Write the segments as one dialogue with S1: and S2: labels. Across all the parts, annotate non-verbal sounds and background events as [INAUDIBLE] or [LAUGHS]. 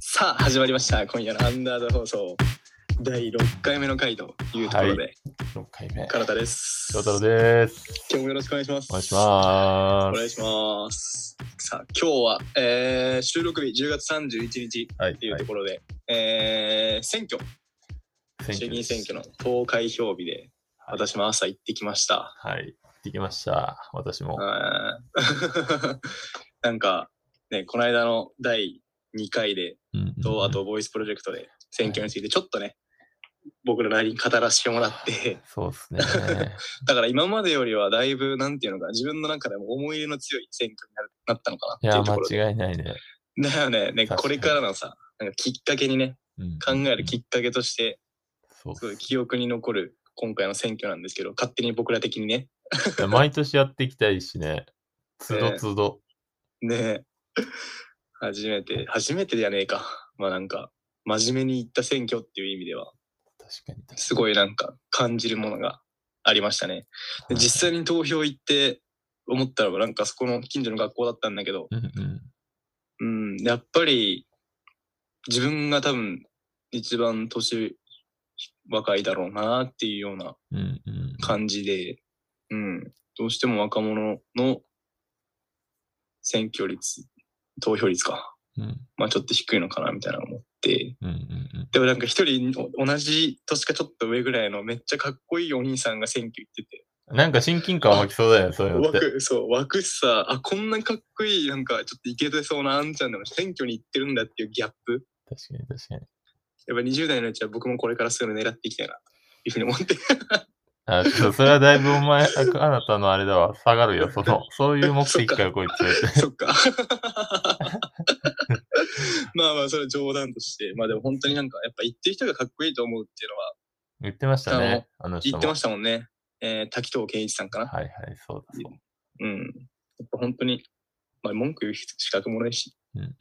S1: さあ始まりました今夜のアンダード放送第6回目の回というところで、
S2: 6回目。
S1: 唐田です
S2: 翔太郎です。
S1: 今日もよろしくお願いします
S2: お願いしま
S1: お願い
S2: す。
S1: しますさあ今日は、えー収録日10月31日
S2: はい
S1: というところで、えー選挙衆議院選挙の。投開票日で私も朝行ってきました、
S2: はい。できました。私も。
S1: うん [LAUGHS] なんかねこの間の第2回で
S2: うんうん
S1: と、あ。と、ボイスプロジェクトで選挙についてちょっとね、僕らなりに語らせてもらって、 [LAUGHS]
S2: そうですね。
S1: だから今までよりはだいぶ、なんていうのか、自分の中でも思い入れの強い選挙になるなったのか
S2: い
S1: なってい
S2: や、
S1: うところで。
S2: 間違いないね。
S1: だよねね、
S2: 確かに
S1: これからのさ、なんかきっかけにね、
S2: うん
S1: 考えるきっかけとして、
S2: そう
S1: すごい記憶に残る今回の選挙なんですけど、勝手に僕ら的にね、
S2: いや毎年やっていきたいしね。つどつど。
S1: ねえ初めて、初めてじゃねえか。まあなんか、真面目に行った選挙っていう意味では、
S2: 確かに確かに。
S1: すごいなんか感じるものがありましたね。で
S2: はい
S1: 実際に投票行って思ったのがなんかそこの近所の学校だったんだけど、
S2: うんうん。
S1: うん、やっぱり自分が多分一番年若いだろうなっていうような
S2: うんうん。
S1: 感じで、うん、どうしても若者の選挙率、投票率か、
S2: うん
S1: まあちょっと低いのかなみたいなの思って、
S2: うんうんうん。
S1: でもなんか一人お同じ年かちょっと上ぐらいのめっちゃかっこいいお兄さんが選挙行ってて、
S2: なんか親近感湧きそうだよね、そういうのって。
S1: 枠、そう、枠さ、あ、こんなかっこいい、なんか、ちょっとイケてそうなあんちゃんでも選挙に行ってるんだっていうギャップ。
S2: 確かに確かに。
S1: やっぱ20代のうちは僕もこれからそういうの狙っていきたいな、というふうに思って。
S2: [LAUGHS] あ、ちょっとそれはだいぶお前、ああなたのあれだわ、下がるよ、その、そういう目
S1: そっ
S2: 的
S1: か
S2: か、こいつ。
S1: そっか。 [LAUGHS] まあまあ、それは冗談として。まあでも本当になんか、やっぱ行ってる人がかっこいいと思うっていうのは
S2: 言ってましたね、あの人
S1: 言
S2: も。
S1: ってましたもんね。えー滝藤健一さんかな。
S2: はいはい、そうだそう。
S1: うん。やっぱ本当に、まあ文句言う資格もないし、
S2: うんうんう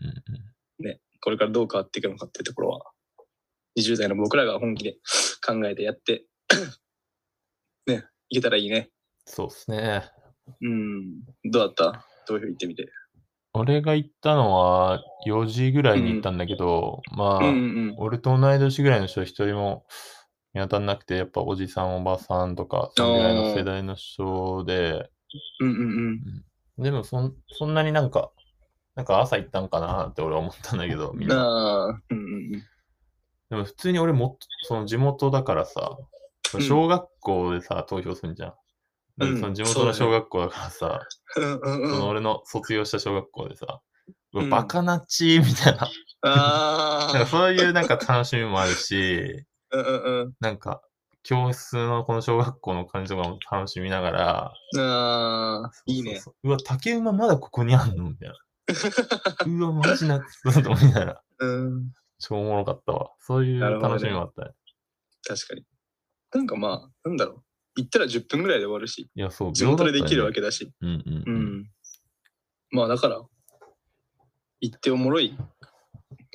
S2: ん。
S1: これからどう変わっていくのかっていうところは、20代の僕らが本気で [LAUGHS] 考えてやって、ね、いけたらいいね。
S2: そうですね。
S1: うん。どうだった投票行ってみて。
S2: 俺が行ったのは4時ぐらいに行ったんだけど、ま
S1: う
S2: あ、
S1: んうん
S2: 俺と同い年ぐらいの人は一人も見当たんなくて、やっぱおじさん、おばさんとか、そのぐらいの世代の人で、
S1: うん。うんうん
S2: でもそんそんなになんか、なんか朝行ったんかなって俺は思ったんだけど、
S1: う
S2: みん
S1: ん。
S2: な。
S1: ああ、うんうんうん。
S2: でも普通に俺もっと、その地元だからさ、
S1: うん
S2: 小学校でさ、投票するじゃん。
S1: うん
S2: でその地元の小学校だからさ、
S1: うんうん
S2: その
S1: うん。
S2: 俺の卒業した小学校でさ、うわ
S1: うん
S2: バカなっちーみた
S1: [LAUGHS]
S2: いな、なんか
S1: ああ、
S2: そういうなんか楽しみもあるし、
S1: うんうんう
S2: なんか教室のこの小学校の感じとかも楽しみながら、
S1: ん。ああ、いいね。
S2: そうそううわ、竹馬まだここにあんのみたいな。
S1: [LAUGHS]
S2: うわ、マジなくそと、みたいな。
S1: うん。
S2: 超おもろかったわ。そういう
S1: なるほどね
S2: 楽しみもあったね。
S1: 確かに。なんかまあ、なんだろう。行ったら10分ぐらいで終わるし、
S2: いや、そう、
S1: 地元でできるわ
S2: け。
S1: けだし。
S2: うんうん
S1: う
S2: うん。
S1: ん。まあだから、言っておもろい。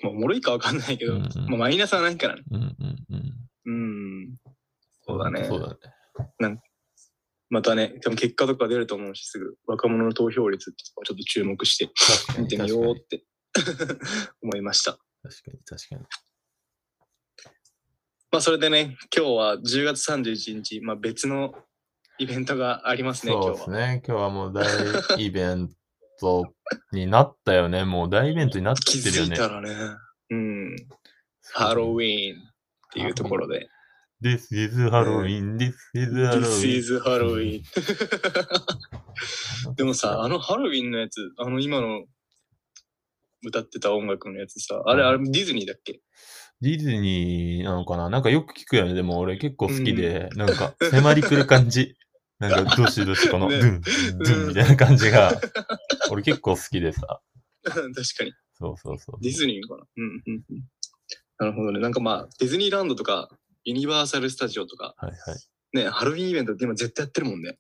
S1: まあ、おもろいかわかんないけど、
S2: うんうん
S1: まあ、マイナスはないからね。
S2: うんうんうん。
S1: うん。そうだね
S2: そうだね。
S1: またね、でも結果とか出ると思うし、すぐ若者の投票率ってとこちょっと注目して
S2: 確か
S1: 見
S2: に
S1: て
S2: 確
S1: み
S2: か
S1: ようっ
S2: に
S1: て [LAUGHS] 思いました。
S2: 確かに確かに。
S1: まあそれでね、今日は10月31日、まあ別のイベントがありますね、今日
S2: そう
S1: は。
S2: ですね。今日はもう大イベントになったよね。もう大イベントになっ
S1: 気
S2: てる
S1: づ
S2: よ
S1: い
S2: ね。
S1: たらね、うん、ハロウィーンっていうところで。
S2: This is Halloween, this is
S1: This
S2: Halloween.
S1: is Halloween. [LAUGHS] でもさ、あ
S2: の、
S1: のハロウィンのやつ、あの今の歌ってた音楽のやつさ、あれ、あれディズニーだっけ [LAUGHS]
S2: ディズニーなのかななんかよく聞くよね。でも俺結構好きで、なんか迫り来る感じ。なんかどしどしこの、
S1: ね
S2: ドゥン、ドゥンみたいな感じが、俺結構好きでさ。
S1: 確かに。
S2: そうそうそう。
S1: ディズニーかな。うんうんうん。なるほどね。なんかまあ、ディズニーランドとか、ユニバーサル・スタジオとか、
S2: はいはい。
S1: ね、ハロウィンイベントって今絶対やってるもんね。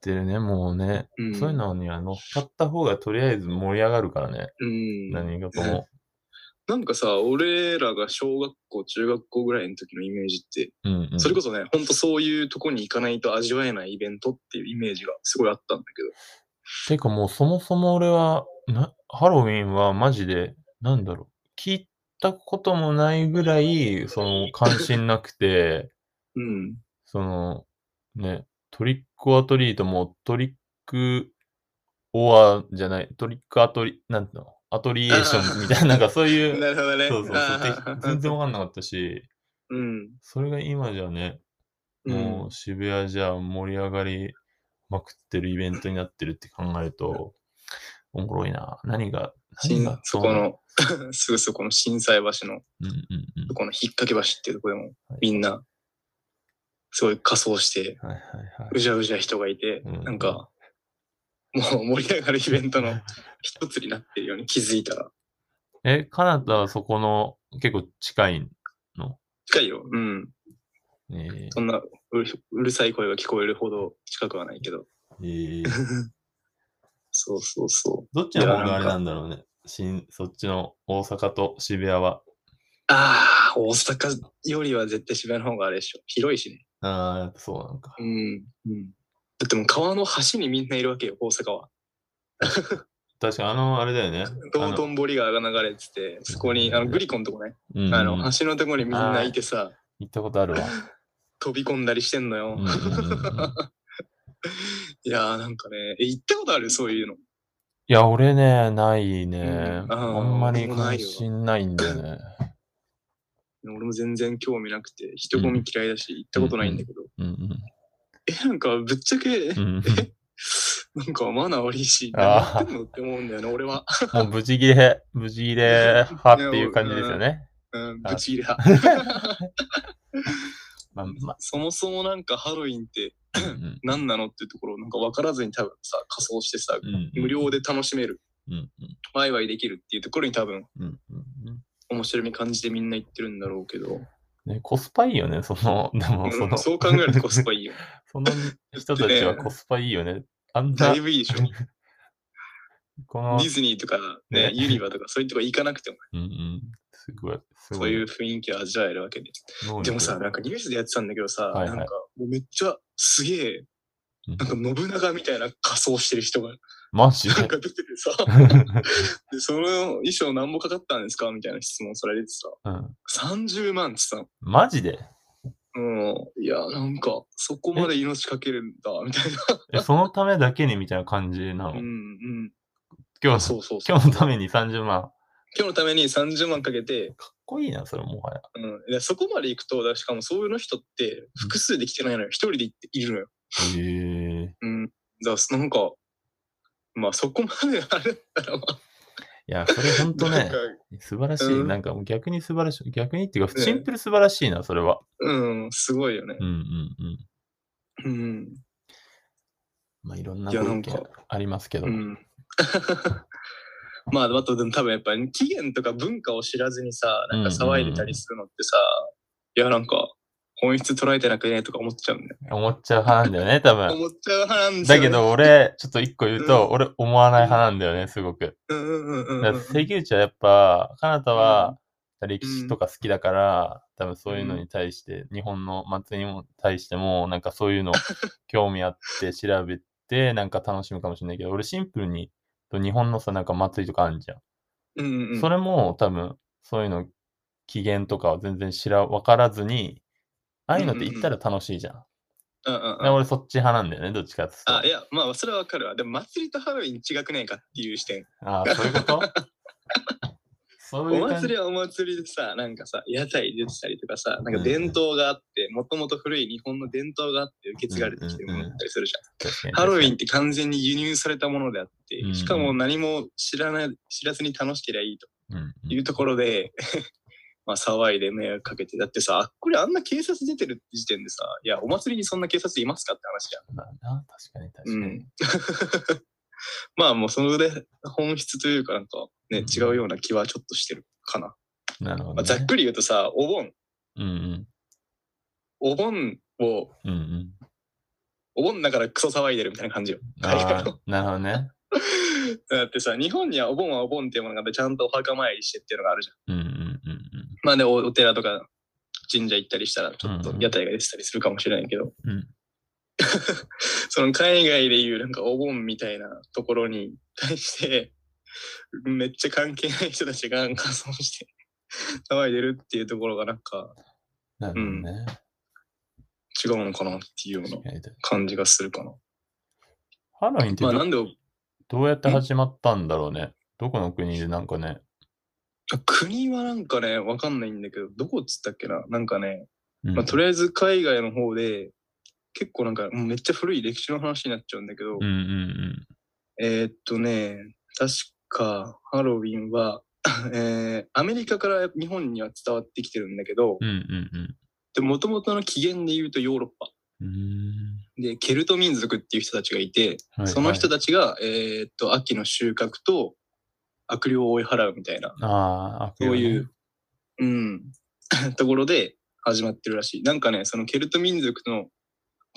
S2: でね、もうね、
S1: うん、
S2: そういう。のには乗っかった方がとりあえず盛り上がるからね。
S1: うん。
S2: 何事も。
S1: なんかさ、俺らが小学校、中学校ぐらいの時のイメージって、
S2: うんうん、
S1: それこそね、ほんとそういうとこに行かないと味わえないイベントっていうイメージがすごいあったんだけど。
S2: てかもうそもそも俺はな、ハロウィンはマジで、なんだろう、聞いったこともないぐらい、その、関心なくて、
S1: うん。
S2: その、ね、トリックオアトリートもトリックオアじゃない、トリックアトリ、なんていうのアトリエーションみたいな、なんかそういう、
S1: なるほどね。
S2: そうそうそう
S1: あ、ー
S2: 全然わかんなかったし、
S1: うん。
S2: それが今じゃね、
S1: う
S2: も
S1: ん
S2: う。渋谷じゃ盛り上がりまくってるイベントになってるって考えると、おもろいな。何が、何
S1: 新
S2: が
S1: そうこの、 [LAUGHS] すぐそこの震災橋の、
S2: うんうんうん
S1: そ。この引っ掛け橋っていうところでも
S2: はい、
S1: みんな、すごい仮装して、
S2: はいは
S1: うじゃうじゃ人がいて、
S2: うん
S1: なんか、もう盛り上がるイベント
S2: [LAUGHS]
S1: の一つになってるように気づいたら、
S2: いはい。え、カナダはそこの結構近いの。
S1: 近いよ。うん。
S2: えー
S1: そんなうるうるさい声が聞こえるほど近くはないけ [LAUGHS] ど。
S2: えー
S1: そうそうそう。
S2: どっちの方
S1: いや
S2: があ
S1: なん
S2: れ
S1: か
S2: なんだろうね。新そっちの大阪と渋谷は。
S1: ああ、大阪よりは絶対渋谷の方があれでしょ。広いしね。
S2: ああ、やっぱそうなんか。
S1: うん。うん、だってもう川の橋にみんないるわけよ、大阪は。
S2: 確かにあの、あれだよね。あ
S1: 道
S2: の
S1: 頓堀川が流れてて、そこに、あの、グリコのとこね。
S2: うん、
S1: あの、橋のとこにみんないてさ、
S2: 行ったことあるわ。
S1: 飛び込んだりしてんのよ。
S2: うんうんうんうん
S1: いやーなんかね、え、行ったことあるそういうの。
S2: いや、俺ね、ないね。
S1: うん
S2: あ
S1: あー
S2: んまり
S1: 俺もな
S2: 関
S1: いよ
S2: 心ないんだよね。
S1: 俺も全然興味なくて、人混み嫌いだし、行ったことないんだけど。
S2: うん
S1: え、なんか、ぶっちゃけ、
S2: う
S1: [LAUGHS]
S2: ん。うんうん
S1: なんかマナー悪いし、何
S2: あー
S1: やってんのって思うんだよね、俺は。
S2: もう無事切れ、無事切れ派っていう感じですよね。
S1: うん、
S2: あ
S1: ぶち切れ
S2: [LAUGHS]
S1: 派。
S2: まあま
S1: そもそもなんかハロウィンって
S2: あ。うん
S1: 何なのっていうところ、なんか分からずに多分さ、仮装してさ、
S2: うんうん
S1: 無料で楽しめる、
S2: うん
S1: ワイワイできるっていうところに多分、
S2: うんうんうん
S1: 面白み感じてみんな言ってるんだろうけど、
S2: ね、コスパいいよね、その、でもそ
S1: うん
S2: の、
S1: そう考えるとコスパいいよ。
S2: [LAUGHS] その人たちはコスパいいよね。あん
S1: だ、
S2: ない
S1: ぶいいでしょ。
S2: こ
S1: デ
S2: の、
S1: ィズニーとか、ね、
S2: ね
S1: ユニバとか、そういうとこ行かなくても、
S2: うんうん、すごい、す
S1: そ
S2: ご
S1: う
S2: い
S1: いう雰囲気を味わえるわけで。
S2: 能力。
S1: でもさ、なんかニュースでやってたんだけどさ、
S2: はいはい
S1: なんかもうめっちゃすげえ、
S2: う
S1: なん
S2: ん
S1: か信長みたいな仮装してる人が
S2: マジ
S1: なん
S2: で。
S1: か出ててさ、でその衣装何もかかったんですかみたいな質問されてさ、
S2: [LAUGHS] うん
S1: 30万ってさ、
S2: マジで
S1: うん、いや、なんかそこまで命かけるんだ、みたいな。
S2: えそのためだけにみたいな感じなの
S1: うんうん。
S2: 今日、
S1: そうそうそう。
S2: 今日のために30万。
S1: 今日のために30万かけて、
S2: かっこいいな、それもはや。
S1: うん、でそこまで行くと、だからしかもそういうの人って複数で来てないのよ。一人で行っているのよ。
S2: へえ。
S1: うん。だからなんか、まあそこまであれだったら、まあ
S2: いや、それほんと
S1: なん
S2: ね
S1: か、、
S2: 素晴らしい。
S1: うん
S2: なんかもう逆に素晴らしい。逆にっていうか、
S1: ね
S2: シンプル素晴らしいな、それは。
S1: うん、すごいよね
S2: うん。うんうん。
S1: うん。
S2: まあ、いろんない
S1: や
S2: ご
S1: な
S2: 意
S1: んか
S2: 見ありますけど。
S1: う
S2: うん
S1: ん。 [LAUGHS] まあ、あとでも多分やっぱり起源とか文化を知らずにさ、なんか騒いでたりするのってさ、いやなんか本質捉えてなくねとか思っちゃうんだよ。
S2: 思っちゃう派なんだよね、多分。
S1: 思っちゃう派なんです
S2: だ
S1: よ、ね。
S2: けど、俺、ちょっと一個言うと、
S1: う
S2: 俺、思わない派なんだよね、すごく。
S1: うんうんうんうん
S2: だ
S1: う
S2: から
S1: ん。
S2: 関口はやっぱ、かなた
S1: う
S2: は、歴史とか好きだから、多分そういうのに対して、日本の祭りにも対しても、なんかそういうの [LAUGHS] 興味あって調べて、なんか楽しむかもしれないけど、俺シンプルに、日本のさ、なんか祭りとかあるじゃん。
S1: うんうんうん
S2: それも多分、そういうの、機嫌とかは全然知ら、わからずに、ああいうのって行ったら楽しいじゃん。
S1: うんうん
S2: だから
S1: うん
S2: 俺そっち派なんだよね、どっちかって言
S1: あ、いや、まあ、それはわかるわ。でも、祭りとハロウィン違くねえかっていう視点。
S2: ああ、そういうことそうい
S1: お
S2: う感
S1: 祭
S2: じ
S1: りはお祭りでさ、なんかさ、屋台出てたりとかさ、なん
S2: う
S1: か
S2: んうん
S1: 伝統があって、もともと古い日本の伝統があって受け継がれてきてもらったりするじゃん。
S2: 確かに
S1: ハロウィンって完全に輸入されたものであって
S2: うんう、ん
S1: しかも何も知らない、知らずに楽しければいいと
S2: うんうん
S1: いうところで、 [LAUGHS] まあ騒いで迷惑かけて、だってさ、あっこれあんな警察出てるって時点でさ、いや、お祭りにそんな警察いますかって話じ
S2: まあな、確かに確か
S1: ゃん。
S2: に。
S1: うん。まあもうそので本質というかなんかね、
S2: うん
S1: 違うような気はちょっとしてるかな。
S2: なるほ
S1: ま
S2: ど、
S1: あざっ
S2: ね。
S1: くり言うとさ、お盆、
S2: うんうん。
S1: お盆を、
S2: うんうん。
S1: お盆だからクソ騒いでるみたいな感じよ。 [LAUGHS]
S2: ああ、なるほどね。
S1: だってさ、日本にはお盆はお盆っていうものがあってちゃんとお墓参りしてっていうのがあるじゃん。
S2: うんうんうんうん。
S1: まあでおお寺とか神社行ったりしたらちょっ
S2: う
S1: と
S2: んうん
S1: 屋台が出てたりするかもしれないけど、
S2: うん
S1: [LAUGHS] その海外でいうなんかお盆みたいなところに対してめっちゃ関係ない人たちが仮装して騒いでるっていうところがなんか
S2: なるほどね。
S1: 違うのかなっていうような
S2: 確かに
S1: 感じがするかな。
S2: ハロウィンって
S1: まあ
S2: ど,、
S1: なんで
S2: どうやって始まったんだろうね。どこの国でなんかね。
S1: 国はなんかね、わかんないんだけど、どこっつったっけななんかね、
S2: うん
S1: まあ、とりあえず海外の方で、結構なんか、もうめっちゃ古い歴史の話になっちゃうんだけど、
S2: うんうん
S1: えーっとね、確かハロウィンは、 [LAUGHS] えーアメリカから日本には伝わってきてるんだけど
S2: うん。う、んうん
S1: で、元々の起源で言うとヨーロッパ。
S2: うん。うー
S1: で、ケルト民族っていう人たちがいて、
S2: んはい
S1: その人
S2: はい
S1: たちが、えーっと、秋の収穫と悪霊を追い払うみたいな、
S2: ああ、
S1: そういう、うん、 [LAUGHS] ところで始まってるらしい。なんかね、そのケルト民族の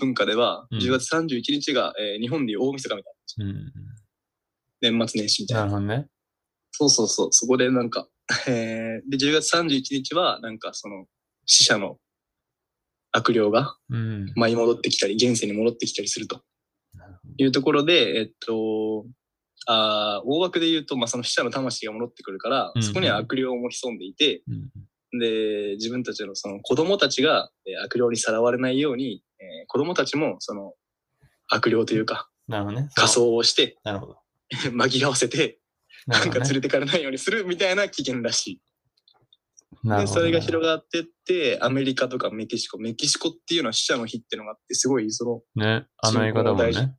S1: 文化では、
S2: うん
S1: 10月31日が、えー日本でいう大晦日みたい
S2: 悪霊ね。うん。
S1: な、年末年始みたい
S2: な
S1: な。
S2: るほどね。
S1: そうそうそう、そこでなんか、 [LAUGHS] えーで、10月31日は、なんかその、死者の悪霊が
S2: うん。
S1: 舞い戻ってきたり、現世に戻ってきたりすると
S2: なるほ
S1: いうところで、えっと、あー大枠で言うと、まあ、その死者の魂が戻ってくるから
S2: う、ん
S1: そこには悪霊も潜んでいて、
S2: どうん
S1: で、自分たちのその子供たちがえー悪霊にさらわれないように、えー子供たちもその悪霊というか
S2: なるほどね。
S1: 仮装をして [LAUGHS]
S2: なるほど。
S1: 紛らわせて
S2: な
S1: なん
S2: る
S1: か
S2: ほど
S1: 連
S2: ね
S1: れてかれないようにするみたいな危険らしい。
S2: な
S1: で、
S2: るほどね。
S1: それが広がってって、アメリカとかメキシコ、メキシコっていうのは死者の日っていうのがあって、すごいその
S2: ね、あの映画だも
S1: 信仰の大
S2: ん
S1: 事
S2: ね。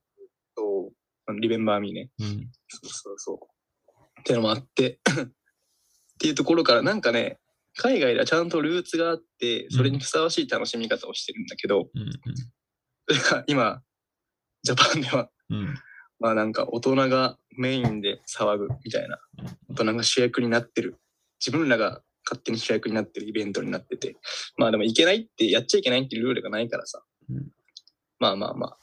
S1: そうあの、リベンバーミーね。
S2: うん。
S1: そうそうそう。ってのもあって、 [LAUGHS] っていうところから、なんかね、海外ではちゃんとルーツがあって、それにふさわしい楽しみ方をしてるんだけど、 [LAUGHS]
S2: うん
S1: それが今、ジャパンでは、
S2: うん。うん。
S1: まあなんか大人がメインで騒ぐみたいな、大人が主役になってる、自分らが勝手に主役になってるイベントになってて、まあでもいけないって、やっちゃいけないっていうルールがないからさ、
S2: うん
S1: まあまあまあ、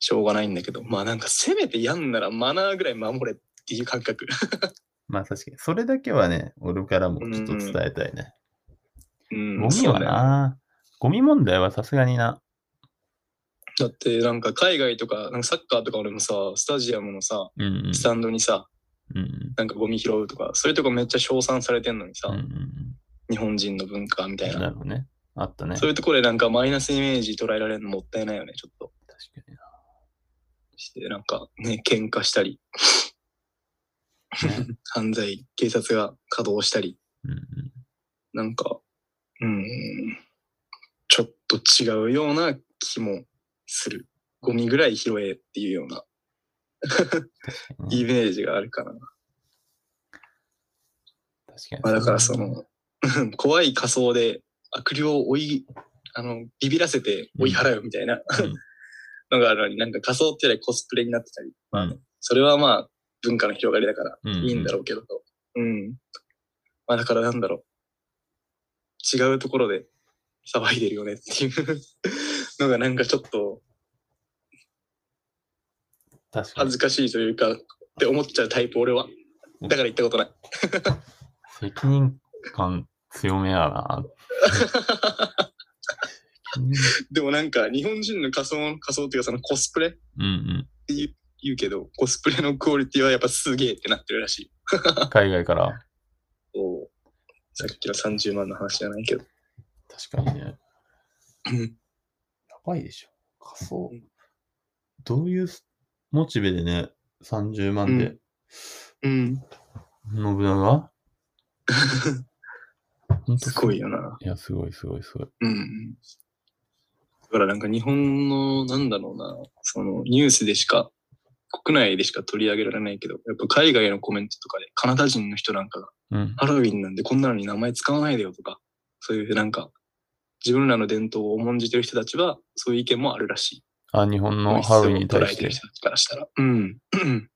S1: しょうがないんだけど、まあなんかせめてやんならマナーぐらい守れっていう感覚。
S2: まあ確かに、それだけはね、俺からもちょっと伝えたいね。
S1: うん
S2: ゴミは
S1: そうだよ
S2: な、ゴミ問題はさすがにな。
S1: だってなんか海外とか、なんかサッカーとか俺もさ、スタジアムのさ、
S2: うんうん。
S1: スタンドにさ、
S2: うんうん
S1: なんかゴミ拾うとか、そういうとこめっちゃ称賛されてんのにさ、
S2: うんうん
S1: 日本人の文化みた
S2: う
S1: い
S2: ん。
S1: な。
S2: なるほどね。あったね。
S1: そう
S2: 確
S1: いうところでなんかマイナスイメージ捉えられるのもったいないよね、ちょっと。
S2: かにな。
S1: して、なんかね、喧嘩したり、
S2: ね
S1: [LAUGHS] 犯罪、警察が稼働したり、
S2: うんうん
S1: なんか、うん、ちょっと違うような気もする。ゴミぐらい拾えっていうような
S2: 確かにね
S1: [LAUGHS] イメージがあるからな。
S2: 確かに。
S1: まあだからその、 [LAUGHS] 怖い仮装で悪霊を追い、あの、ビビらせて追い払うみたいな
S2: うん、
S1: [LAUGHS] のがあるのに、なんか仮装ってよりコスプレになってたり、
S2: うん
S1: まあねそれはまあ文化の広がりだから
S2: うんうん
S1: いいんだろうけど、うん、まあだからなんだろう。違うところで騒いでるよねっていう [LAUGHS] のがなんかちょっと
S2: 確か
S1: 恥
S2: に。
S1: ずかしいというか、って思っちゃうタイプ俺は。だから言ったことない。 [LAUGHS]
S2: 責任感強めやな。責任
S1: でもなんか日本人の仮装、仮装っていうかそのコスプレ
S2: うん
S1: 言うけど、コスプレのクオリティはやっぱすげえってなってるらしい。
S2: うん。海外から。
S1: おさっきの30万の話じゃないけど。
S2: 確かにね。
S1: うん
S2: [COUGHS] やばいでしょ。仮想。どういうすモチベでね、30万で、
S1: うん。
S2: 信長ほんと
S1: すごい。よな。
S2: いや、すごい、すごい、すごい。
S1: うん。だからなんか日本の、なんだろうな、そのニュースでしか、国内でしか取り上げられないけど、やっぱ海外のコメントとかで、カナダ人の人なんかが、
S2: うん。
S1: ハロウィンなんでこんなのに名前使わないでよとか、そういうなんか、自分らの伝統を重んじてる人たちは、そういう意見もあるらしい。
S2: あ、日本の
S1: 本質
S2: ハロウィン
S1: を
S2: に
S1: 捉え
S2: 対して
S1: る
S2: て。
S1: 人たちからしたら。うん。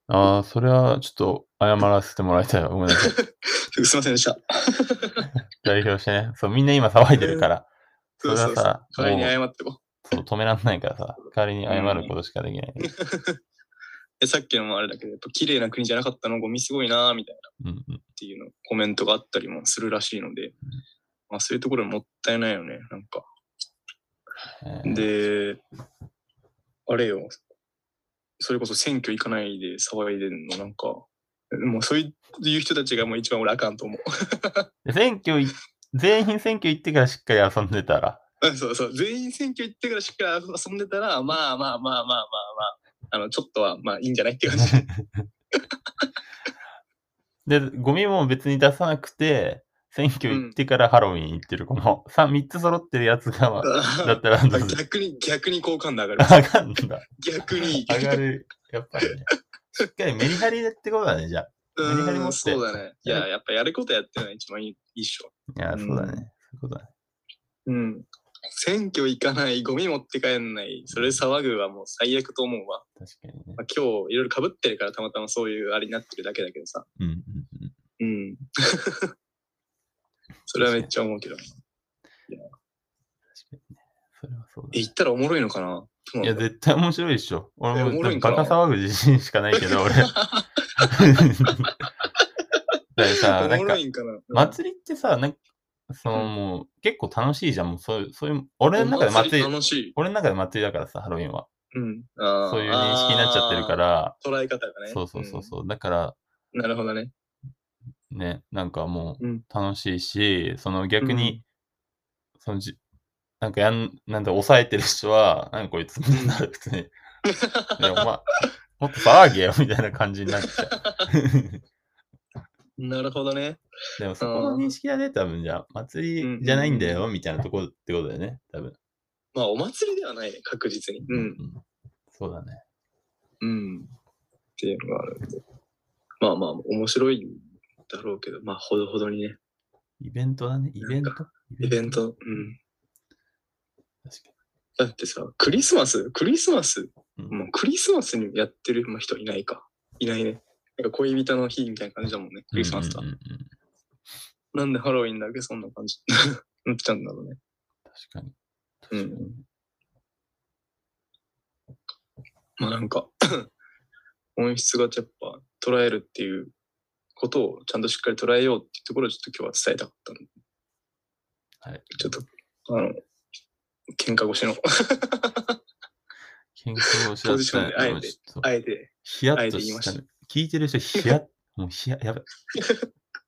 S2: ああ、それはちょっと謝らせてもらいたいわ。ごめんな
S1: [LAUGHS]
S2: さい。
S1: [LAUGHS] すいませんでした。
S2: 代表してね。そう、みんな今騒いでるから。そ
S1: そ
S2: れ
S1: うそ
S2: は
S1: うそう。代
S2: さ、も
S1: わりに謝ってこ
S2: うそう止めらんないからさ、代わりに謝ることしかできないけど。
S1: う。さっきのもあれだけど、やっぱ綺麗な国じゃなかったの、ゴミすごいなーみたいな
S2: うんうん。
S1: っていうのコメントがあったりもするらしいので、まあ、そういうところもったいないよね、なんか。
S2: えー
S1: で、あれよ、それこそ選挙行かないで騒いでるの、なんか、えもうそういう人たちがもう一番俺あかんと思う。 [LAUGHS]
S2: で選挙い、全員選挙行ってからしっかり遊んでたら、
S1: うんそうそう。全員選挙行ってからしっかり遊んでたら、まあまあまあまあまあまあ、あの、ちょっとはまあいいんじゃないっていう感じ。
S2: で、ゴミも別に出さなくて、選挙行ってからハロウィン行ってる、この 3, 3つ揃ってるやつが、 [LAUGHS] だったらどうぞ、
S1: 逆に、逆に好感度上がる。
S2: 上がるんだ。
S1: 逆に。
S2: 上がる。やっぱりね。しっかりメリハリでってことだね、じゃあ。メリハリ持
S1: う
S2: っ
S1: ん、
S2: て
S1: そうだね。いや、やっぱやることやってるのが一番いいいいっしょ。
S2: いや、
S1: うん
S2: そうだね。そういうことだね。
S1: うん。選挙行かない、ゴミ持って帰んない、それ騒ぐはもう最悪と思うわ。
S2: 確かにね
S1: ま。あ、今日いろいろ被ってるからたまたまそういうあれになってるだけだけどさ。
S2: うんうん
S1: う
S2: うん。
S1: ん。 [LAUGHS] それはめっちゃ思うけど。
S2: 確かにね。それはそう
S1: え、
S2: だ、ね
S1: 行。ったらおもろいのかなどう
S2: い
S1: な
S2: や、
S1: んだろう
S2: 絶対面白いでしょ。俺
S1: えおも
S2: も
S1: ろ
S2: ない
S1: ん
S2: ん
S1: か
S2: か
S1: な
S2: バカ騒ぐ自信しかないけ
S1: [LAUGHS]
S2: ど、俺。だからさ、な
S1: おもろ
S2: んか、
S1: いんかな、うん
S2: 祭りってさ、なんか、そのもう、結構楽しいじゃん。もうそういう、そういう、俺の中で
S1: お祭
S2: 祭
S1: り
S2: り、
S1: 楽しい。
S2: 俺の中で祭りだからさ、ハロウィンは。
S1: うん。あー
S2: そういう認識になっちゃってるか。ら、
S1: あー捉え方がね。
S2: そうそうそうそう。だから、
S1: うん。なるほどね。
S2: ね、なんかも
S1: うん
S2: う楽しいし、その逆
S1: うん
S2: に、そのじ、なんかやん、なんだ、抑えてる人は、なんかこいつってなる、普
S1: [LAUGHS]
S2: 通に。いや、お前、もっと騒げよ、みたいな感じになっちゃう。 [LAUGHS]
S1: なるほどね。
S2: でもそこの認識だね、多分じゃあ、祭りじゃないんだよ、みたいなところってことだよね、多分。
S1: まあ、お祭りではないね、確実に。うん。
S2: そうだね。
S1: うん。っていうのがあるんで。まあまあ、面白いんだろうけど、まあ、ほどほどにね。
S2: イベントだね、イベント
S1: なんイベン。ト、うん。
S2: 確か
S1: だってさ、クリスマス、クリスマス、
S2: うん
S1: もうクリスマスにやってる人いないか。いないね。なんか恋人の日みたいな感じだもんね、ク
S2: に
S1: リスマスと
S2: う
S1: は
S2: んうんうんうん
S1: なんでハロウィンだけそんな感じ [LAUGHS] なっちゃうんだろうね。
S2: 確かに。
S1: う
S2: 確か
S1: ん。
S2: に
S1: まあなんか、 [COUGHS] 音質がやっぱ捉えるっていうことをちゃんとしっかり捉えようっていうところをちょっと今日は伝えたかったんで、
S2: はい。
S1: ちょっと、あの、喧嘩越しの、
S2: 健康をし
S1: ポジションであえて
S2: もうちょっと
S1: あえて、
S2: ヒヤ
S1: あえ
S2: ッ
S1: て
S2: と
S1: 言い
S2: し
S1: ま
S2: た
S1: し
S2: ね。聞いてる人、
S1: [LAUGHS]
S2: ヒヤッ、もうヒヤ、やばい。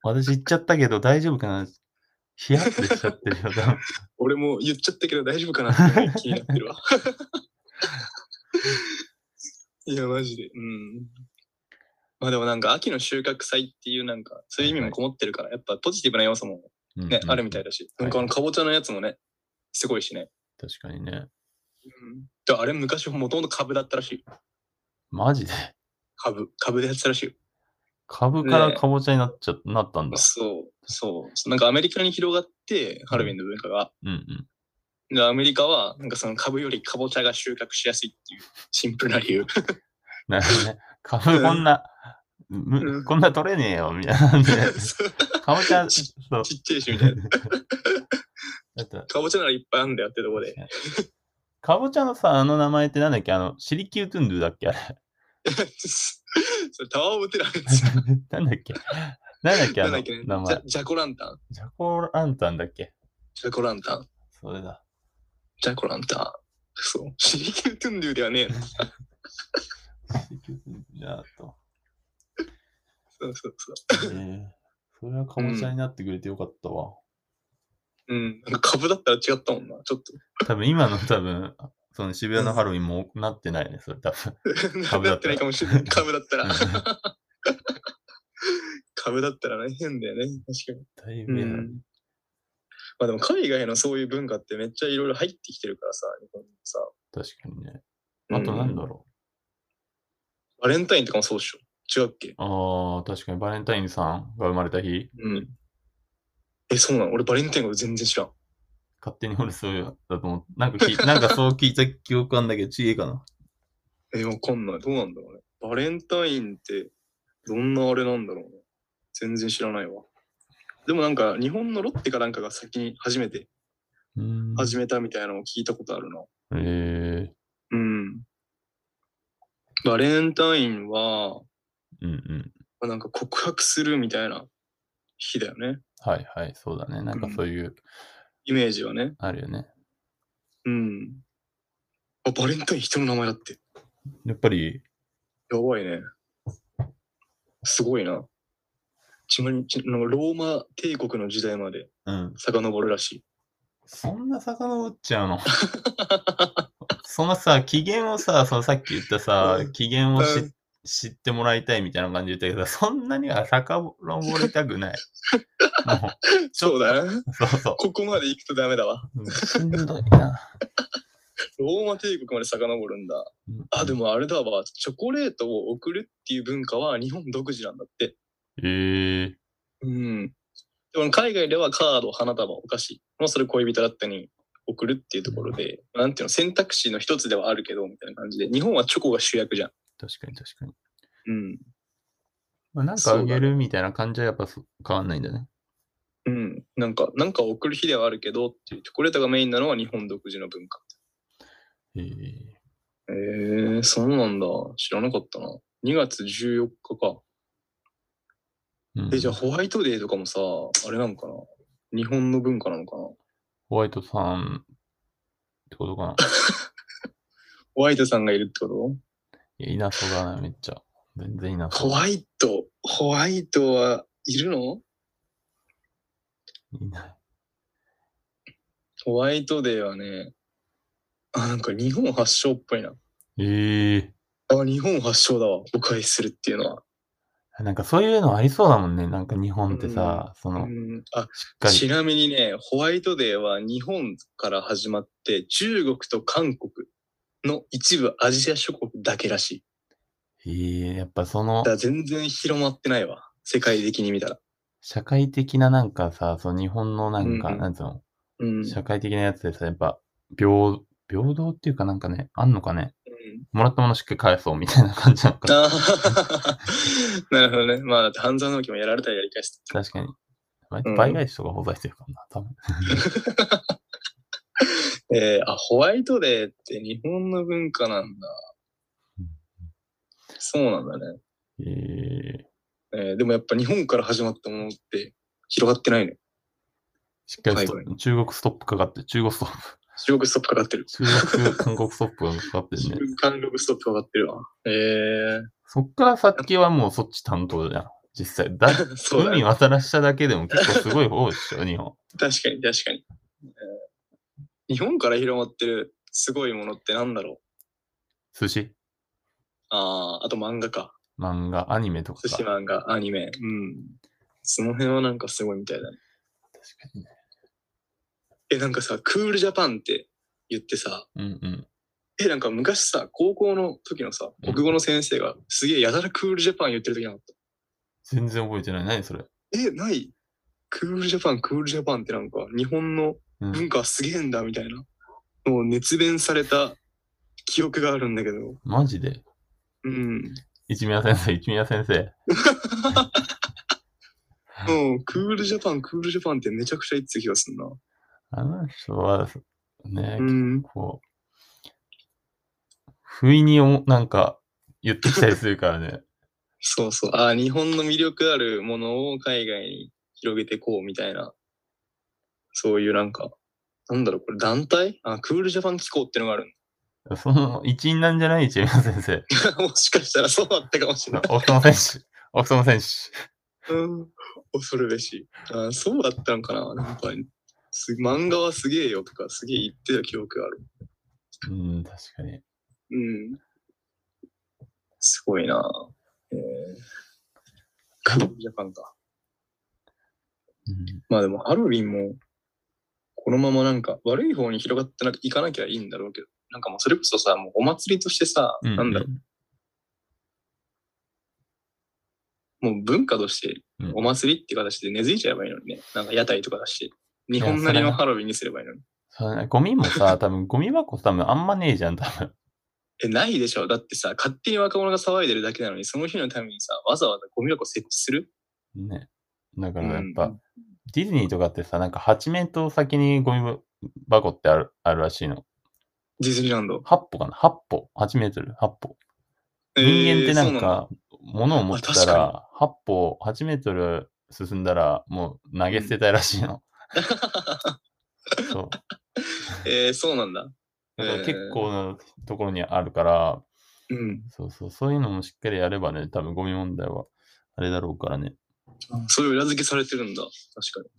S2: 私言っちゃったけど大丈夫かなヒヤッとしちゃってるよ。多分
S1: 俺も言っちゃったけど大丈夫かなっていうのが気になってる [LAUGHS] わ。いや、マジで。うん。まあでもなんか秋の収穫祭っていうなんか、そういう意味もこもってるから、やっぱポジティブな要素も
S2: うん
S1: ね、
S2: うん
S1: あるみたいだし、
S2: は
S1: な
S2: い
S1: んかあのかぼちゃのやつもね、すごいしね。
S2: 確かにね。
S1: であれ昔もともと株だったらしい。
S2: マジで。
S1: 株、株でやってたらしいよ。
S2: 株から
S1: ねえ
S2: かぼちゃになっちゃ、なったんだ。
S1: そう、そう。なんかアメリカに広がって、ハロウィンの文化が。
S2: うんうん。
S1: で、アメリカは、なんかその株よりかぼちゃが収穫しやすいっていうシンプルな理由。
S2: なるほどね。株こんな、む
S1: うん
S2: こんな取れねえよ、みたいな。
S1: [LAUGHS] そう
S2: かぼちゃ、そう。
S1: [LAUGHS] ちっちゃいしみたいな。
S2: だった
S1: かぼちゃならいっぱいあんだよってとこで。 [LAUGHS]
S2: かぼちゃのさ、あの名前ってなんだっけあの、シリキュートゥンドゥだ
S1: [LAUGHS]
S2: っけあれ。
S1: それタワーオブテラーですよ。
S2: なんだっけなんだっけあ
S1: なんだ
S2: の
S1: っけね。
S2: 名
S1: ジャ
S2: 前。
S1: ジャコランタン。
S2: ジャコランタンだっけ
S1: ジャコランタン。
S2: それだ。
S1: ジャコランタン。そう。シリキュートゥンドゥではねえな。
S2: じゃあ
S1: [LAUGHS]
S2: と。
S1: そうそうそう。
S2: えー、それはかぼちゃになってくれてよかったわ。
S1: うん。なんか株だったら違ったもんな。ちょっと。
S2: 多分今の多分、その渋谷のハロウィンもなってないね、それ
S1: [LAUGHS]
S2: 多分。
S1: 株
S2: 株
S1: だ
S2: だ
S1: っ
S2: っ
S1: ら
S2: たたら
S1: いいかもしれない。株だったら。
S2: だ
S1: 株だったらね、変だよね。確
S2: い
S1: か
S2: ぶ
S1: に。う
S2: や
S1: ん。まあでも海外のそういう文化ってめっちゃいろいろ入ってきてるからさ、日本にさ。
S2: 確かにね。あとなんだろ
S1: うんバレンタインとかもそうでしょ。違うっけ
S2: う。ああ、確かにバレンタインさんが生まれた日、
S1: うん。え、そうなの俺バレンタインのこと全然知らん。
S2: 勝手に俺そういうだと思う。なんか聞いなんかそう聞いた記憶あんだけど、ちげえかな。
S1: え、わかんない。どうなんだろうね。バレンタインってどんなあれなんだろうね。全然知らないわ。でもなんか日本のロッテかなんかが先に初めて
S2: うーん。
S1: 始めたみたいなのを聞いたことあるな。
S2: え
S1: うん。バレンタインは、
S2: ー、うんうん。
S1: なんか告白するみたいな日だよね。
S2: はいはい、そうだね。なんかそういう、
S1: イメージはね。
S2: あるよね。
S1: うん。あ、バレンタイン人の名前だって。
S2: やっぱり、
S1: やばいね。すごいな。ちなみに、ちなんかローマ帝国の時代まで
S2: うん。
S1: 遡るらしい。
S2: そんな遡っちゃ
S1: [LAUGHS]
S2: うのそのさ、機嫌をさ、そのさっき言ったさ
S1: うん、
S2: 機嫌をし
S1: うん
S2: 知ってもらいたいみたいな感じで言ったけど、そんなには遡り
S1: [LAUGHS]
S2: たくない。も
S1: そうだな。
S2: う、そうそ
S1: ここまで行くとダメだわ。
S2: う。しんどいな。
S1: ローマ帝国まで遡るんだ。あ、で
S2: も。
S1: もあれだわ。チョコレートを送るっていう文化は日本独自なんだって。
S2: ええ
S1: うん。でも海外ではカード、花束、お菓子、もうそれ恋人だったに送るっていうところで、なんていうの、選択肢の一つではあるけど、みたいな感じで、日本はチョコが主役じゃん。
S2: 確かに確かに。
S1: うん。
S2: まあ、なんかあげるみたいな感じはやっぱそ変わんないんだね。
S1: うん。なんか、なんか送る日ではあるけどっていう、チョコレートがメインなのは日本独自の文化。
S2: ええ
S1: へえー、そうなんだ。知らなかったな。2月14日か。
S2: うん
S1: え、じゃあホワイトデーとかもさ、あれなのかな日本の文化なのかな
S2: ホワイトさんってことかな。
S1: ホワイトさんがいるってこと
S2: いや、いなそうだな、めっちゃ。全然いなそ
S1: ホ
S2: う。
S1: ワイト、ホワイトはいるの
S2: いない。
S1: ホワイトデーはね、あ、なんか日本発祥っぽいな。
S2: ええ
S1: あ、日本発祥だわ。お返しするっていうのは。
S2: なんかそういうのありそうだもんね。なんか日本ってさ、そうの、し
S1: ん、あ、
S2: っか
S1: ち
S2: り。
S1: なみにね、ホワイトデーは日本から始まって、中国と韓国の一部アジア諸国だけらしい。
S2: ええやっぱその
S1: だか、ら全然広まってないわ。世界的に見たら。
S2: 社会的ななんかさ、その日本のなんか、
S1: うんうん
S2: なんつうの、
S1: うん。
S2: 社会的なやつでさ、やっぱ、平、平等っていうかなんかね、あんのかね。もらったものしっかり返そうみたいな感じなのかな。
S1: あー [LAUGHS] なるほどね。まあ、だって半沢直樹もやられたらやり返す。
S2: 確かに。まあ
S1: うん
S2: 倍返しとかほざしてるからな、多分。
S1: えー、あ、ホワイトデーって日本の文化なんだ
S2: うん。
S1: そうなんだね。
S2: えー、
S1: えーでもやっぱ日本から始まったものって広がってないね。
S2: しっかりスト
S1: 海
S2: 中国ストップかかってる、中国ストップ。
S1: 中国ストップかかってる。
S2: 中国、韓国ストップがかかってる
S1: 中
S2: ね。
S1: 国韓国ストップかかってるわ。え
S2: そっから先はもうそっち担当じゃん。実際。だ
S1: ー、 [LAUGHS] そうだ、
S2: 海
S1: ね、
S2: 渡らしただけでも結構すごい方でしょ、日本。
S1: 確かに確かに、えー日本から広まってるすごいものってなんだろう
S2: 寿司、
S1: ああ、あと漫画か。
S2: 漫画、アニメとか
S1: 寿
S2: か。
S1: 司漫画、アニメ。うん。その辺はなんかすごいみたいだね。
S2: 確かにね。
S1: え、なんかさ、クールジャパンって言ってさ、
S2: うんうん。
S1: え、なんか昔さ、高校の時のさ、
S2: うん
S1: 国語の先生が、すげえやたらクールジャパン言ってる時なかっ
S2: 全然覚えてない。何それ。
S1: た。え、ないクールジャパン、クールジャパンってなんか、日本の
S2: うん
S1: 文化はすげえんだ、みたいな。もう熱弁された記憶があるんだけど。
S2: マジで。
S1: うん。
S2: 一宮先生、一宮先生。
S1: うん、クールジャパン、クールジャパンってめちゃくちゃ言ってた気がするな。
S2: あの人は、ね
S1: う、ん。
S2: こう、不意に思なんか言ってきたりするからね。
S1: そうそう。あー日本の魅力あるものを海外に広げてこうみたいな。そういうなんか、なんだろう、これ団体あ、クールジャパン機構ってのがある [LAUGHS]
S2: その一員なんじゃない一宮先生。
S1: んだもしかしたらそうだったかもしれない。
S2: 奥友選手。奥友選手。
S1: うん。恐るべし。あーそうだったのかななんか、す漫画はすげえよとか、すげえ言ってた記憶がある。
S2: うん、確かに。
S1: うん。すごいなえー、クールジャパンか。
S2: うん
S1: まあでもハロウィンも、このままなんか悪い方に広がってなくいかなきゃいいんだろうけど、なんかもうそれこそさ、もうお祭りとしてさ、
S2: うん
S1: なんだろう、もう文化として
S2: うん
S1: お祭りって形で根付いちゃえばいいのにね、なんか屋台とかだし、日本なりのハロウィンにすればいいのに。
S2: そうだね、ゴミも
S1: [LAUGHS]
S2: さ、多分ゴミ箱多分あんまねえじゃん、多分。
S1: え、ないでしょだってさ、勝手に若者が騒いでるだけなのに、その日のためにさ、わざわざゴミ箱設置する
S2: ね。だからやっ
S1: う
S2: ぱ
S1: ん、
S2: ディズニーとかってさ、なんか8メートル先にゴミ箱ってあるあるらしいの。
S1: ディズニーランド。
S2: 8歩かな ?8 歩。8メートル ?8 歩。
S1: えー
S2: 人間ってな
S1: そ
S2: ん
S1: うだ
S2: か、物を持ってた
S1: あ
S2: ら、8歩、8メートル進んだら、もう投げ捨てたいらしいの。そう。
S1: えー、そうなんだ。
S2: だから
S1: [LAUGHS]
S2: 結
S1: え
S2: 構なところにあるから、
S1: ー、うん。
S2: そうそう、そういうのもしっかりやればね、多分ゴミ問題はあれだろうからね。
S1: それ裏付けされてるんだ。確か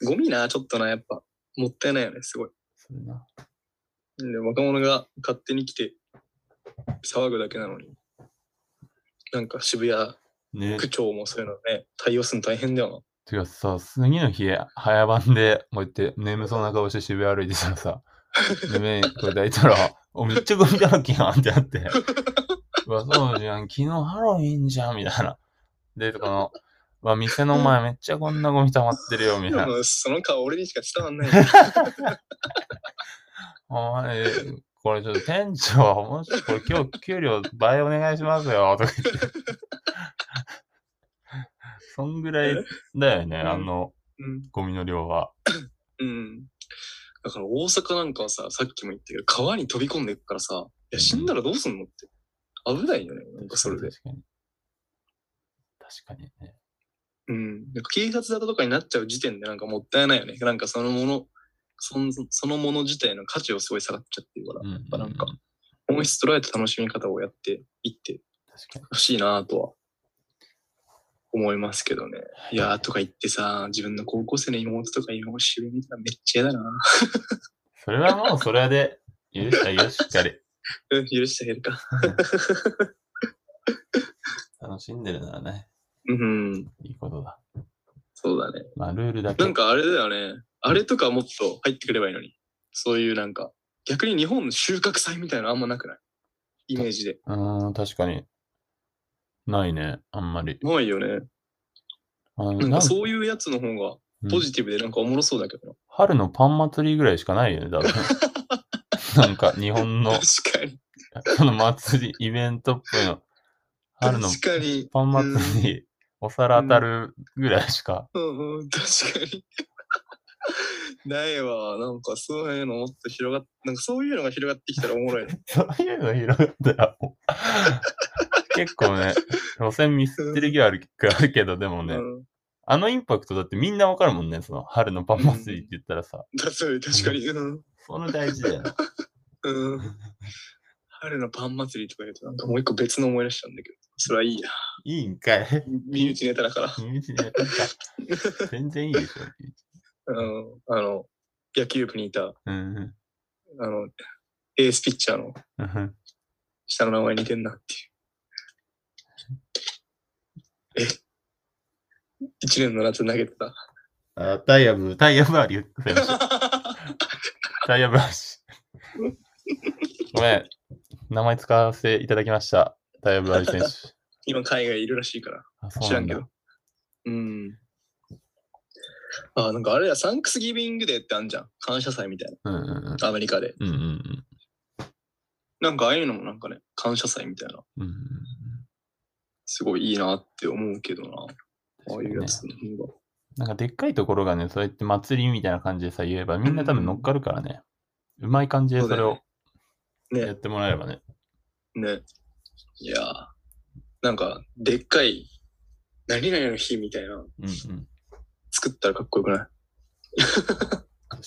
S1: に。ゴミな、ちょっとな、やっぱ。もったいないよね、すごい。
S2: それな。
S1: で若者が勝手に来て騒ぐだけなのになんか渋谷
S2: ね。
S1: 区長もそういうのね対応するの大変だよ
S2: てかさ、次の日、早番で、こうやって眠そうな顔して渋谷歩いてたらさ、 [LAUGHS] 目これ抱いたら、お、めっちゃゴミだらけやんってなって、うわ、そうじゃん、昨日ハロウィンじゃん、みたいな。で、この、うわ、店の前めっちゃこんなゴミ溜まってるよ、みた
S1: な。
S2: いな。
S1: でもその顔俺にしか伝わんないよね。
S2: お前、これちょっと店長、もしこれ今日給料倍お願いしますよ、とか言って。そんぐらいだよね、あの、
S1: うん。
S2: ゴミの量は。
S1: うん。だから大阪なんかはさ、さっきも言ったけど、川に飛び込んでいくからさ、いや死んだらどうすんのって。危ないよね、なんかそれで。
S2: 確かに。確かにね。
S1: うん。なんか警察だとかになっちゃう時点でなんかもったいないよね。なんかそのもの、そんそのもの自体の価値をすごい下がっちゃってるから。
S2: やっ
S1: ぱなんか本質捉えた楽しみ方をやっていって
S2: 確か
S1: ほしいなとは思いますけどね。いやーとか言ってさ、自分の高校生の妹とか今渋谷にいたらめっちゃ嫌だな。 [LAUGHS]
S2: に。それはもうそれで許したよ、しっかり。
S1: うん許してあげるか。
S2: 楽しんでるならね、
S1: うん、
S2: いいことだ。
S1: そうだね。
S2: まあ、ルールだけ。
S1: なんかあれだよね。あれとかもっと入ってくればいいのに。そういうなんか、逆に日本の収穫祭みたいなのあんまなくないイメージで。
S2: うーん、確かに。ないね、あんまり。
S1: ないよね。
S2: あ
S1: なんかそう
S2: う
S1: いうやつの方が
S2: ん
S1: ポジティブでなんかおもろそうだけど
S2: 春のパン祭りぐらいしかないよ
S1: [LAUGHS]
S2: ね、多分。なんか日本
S1: な。
S2: の
S1: 確かに。
S2: その祭り、イベントっぽいの。春の
S1: 確かに。
S2: パン祭り、お皿当たるぐらいしか。
S1: うんうん、確かに。 [LAUGHS] ないわ。なんかそういうのもっと広がっ、なんかそういうのが広がってきたらおもろいね。 [LAUGHS]
S2: そういうの広がったらもう結構ね、路線ミスってる気はあるあるけど、でもね、
S1: うん、
S2: あのインパクトだってみんなわかるもんね、その春のパン祭りって言ったらさ、
S1: だそう確かに。うん。
S2: その大事だよね。
S1: うん、春のパン祭りとか言うと、なんかもう一個別の思い出したんだけど、それはいいや。
S2: いいんかい。
S1: 身内ネタだから。
S2: 身内でやったか全然いいでしょ。
S1: うん、あの、野球部にいた、
S2: うん
S1: あの、エースピッチャーの
S2: うん。
S1: 下の名前似てんなっていう。え一年の夏投げてた。 [LAUGHS]
S2: あタイヤブ、タイヤブあり言ってたよタイヤブあし。ごめん、名前使わせていただきました。タイヤブあ
S1: [LAUGHS]
S2: り選手。
S1: 今海外いるらしいから。
S2: あそう
S1: 知らんけ
S2: だ
S1: ど。うん。あ、なんかあれや、サンクスギビングデーってあんじゃん。感謝祭みたい
S2: うんうんうん
S1: な。アメリカで。
S2: うんうんうん
S1: なんかああいうのもなんかね、感謝祭みたいな。
S2: うんうんうん。
S1: すごいいいなって思うけどな。ああいうやつの方が。
S2: なんかでっかいところがね、そうやって祭りみたいな感じでさ、言えばみんな多分乗っかるからね。うまい感じでそれを
S1: そうだよねね
S2: やってもらえばね。
S1: ね。いやーなんか、でっかい、何々の日みたいな、
S2: うんうん。
S1: 作ったらかっこよくない
S2: 確かに。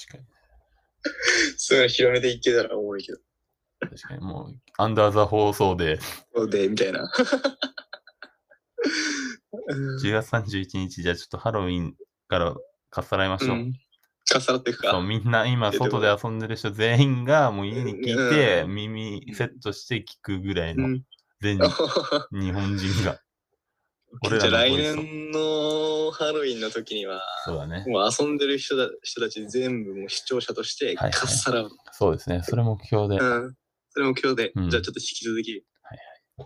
S1: そういうの広めていけたら多いけど。
S2: 確かに。もう、アンダーザ放送で
S1: そうで、みたいな。うん
S2: 10月31日、じゃあちょっとハロウィンからかっさらいましょう。
S1: うん。かっさらっていくか。
S2: そうみんな今
S1: えでも
S2: 外で遊んでる人全員がもう家に聞いて
S1: う
S2: 耳セットして聞くぐらいうの
S1: ん。 [LAUGHS]
S2: 全日本人が。俺
S1: じゃ
S2: ら
S1: あ
S2: の
S1: 来
S2: ボイスを
S1: 年のハロウィンの時には、
S2: そうだね。
S1: もう遊んでる人だ人たち全部もう視聴者として
S2: は
S1: か
S2: いは
S1: っ
S2: い
S1: さらう。
S2: そうですね。それ目標で。
S1: うん。それも今日で、
S2: うん
S1: じゃあちょっと引き続き
S2: はい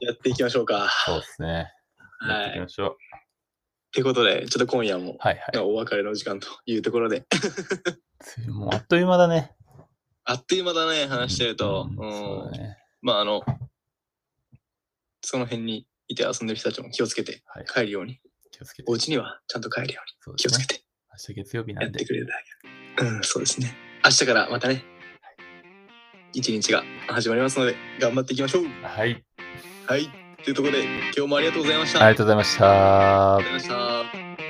S1: やっていきましょうか。
S2: そうですね。やっていきましょ
S1: っ
S2: う。
S1: てことで、ちょっと今夜も、
S2: はいはい。
S1: お別れの時間というところで、
S2: もうあっという間だね。
S1: あっという間だね、話してると。
S2: う
S1: うんん
S2: そうだね。
S1: まああの、その辺にいて遊んでる人たちも気をつけて
S2: はい。
S1: 帰るように、
S2: 気をつけて。
S1: お家にはちゃんと帰るよう
S2: そう
S1: に気
S2: で
S1: を
S2: す
S1: つけ。
S2: ね
S1: て
S2: 明日月曜日な
S1: や
S2: ん
S1: っ
S2: で
S1: て。くれるだけ。うん、そうですね。明日からまたね、一日が始まりますので、頑張っていきましょう。
S2: はい。
S1: はい。というところで、今日もありがとうございました。
S2: あ
S1: あ
S2: りがとうございました。
S1: りがとうございました。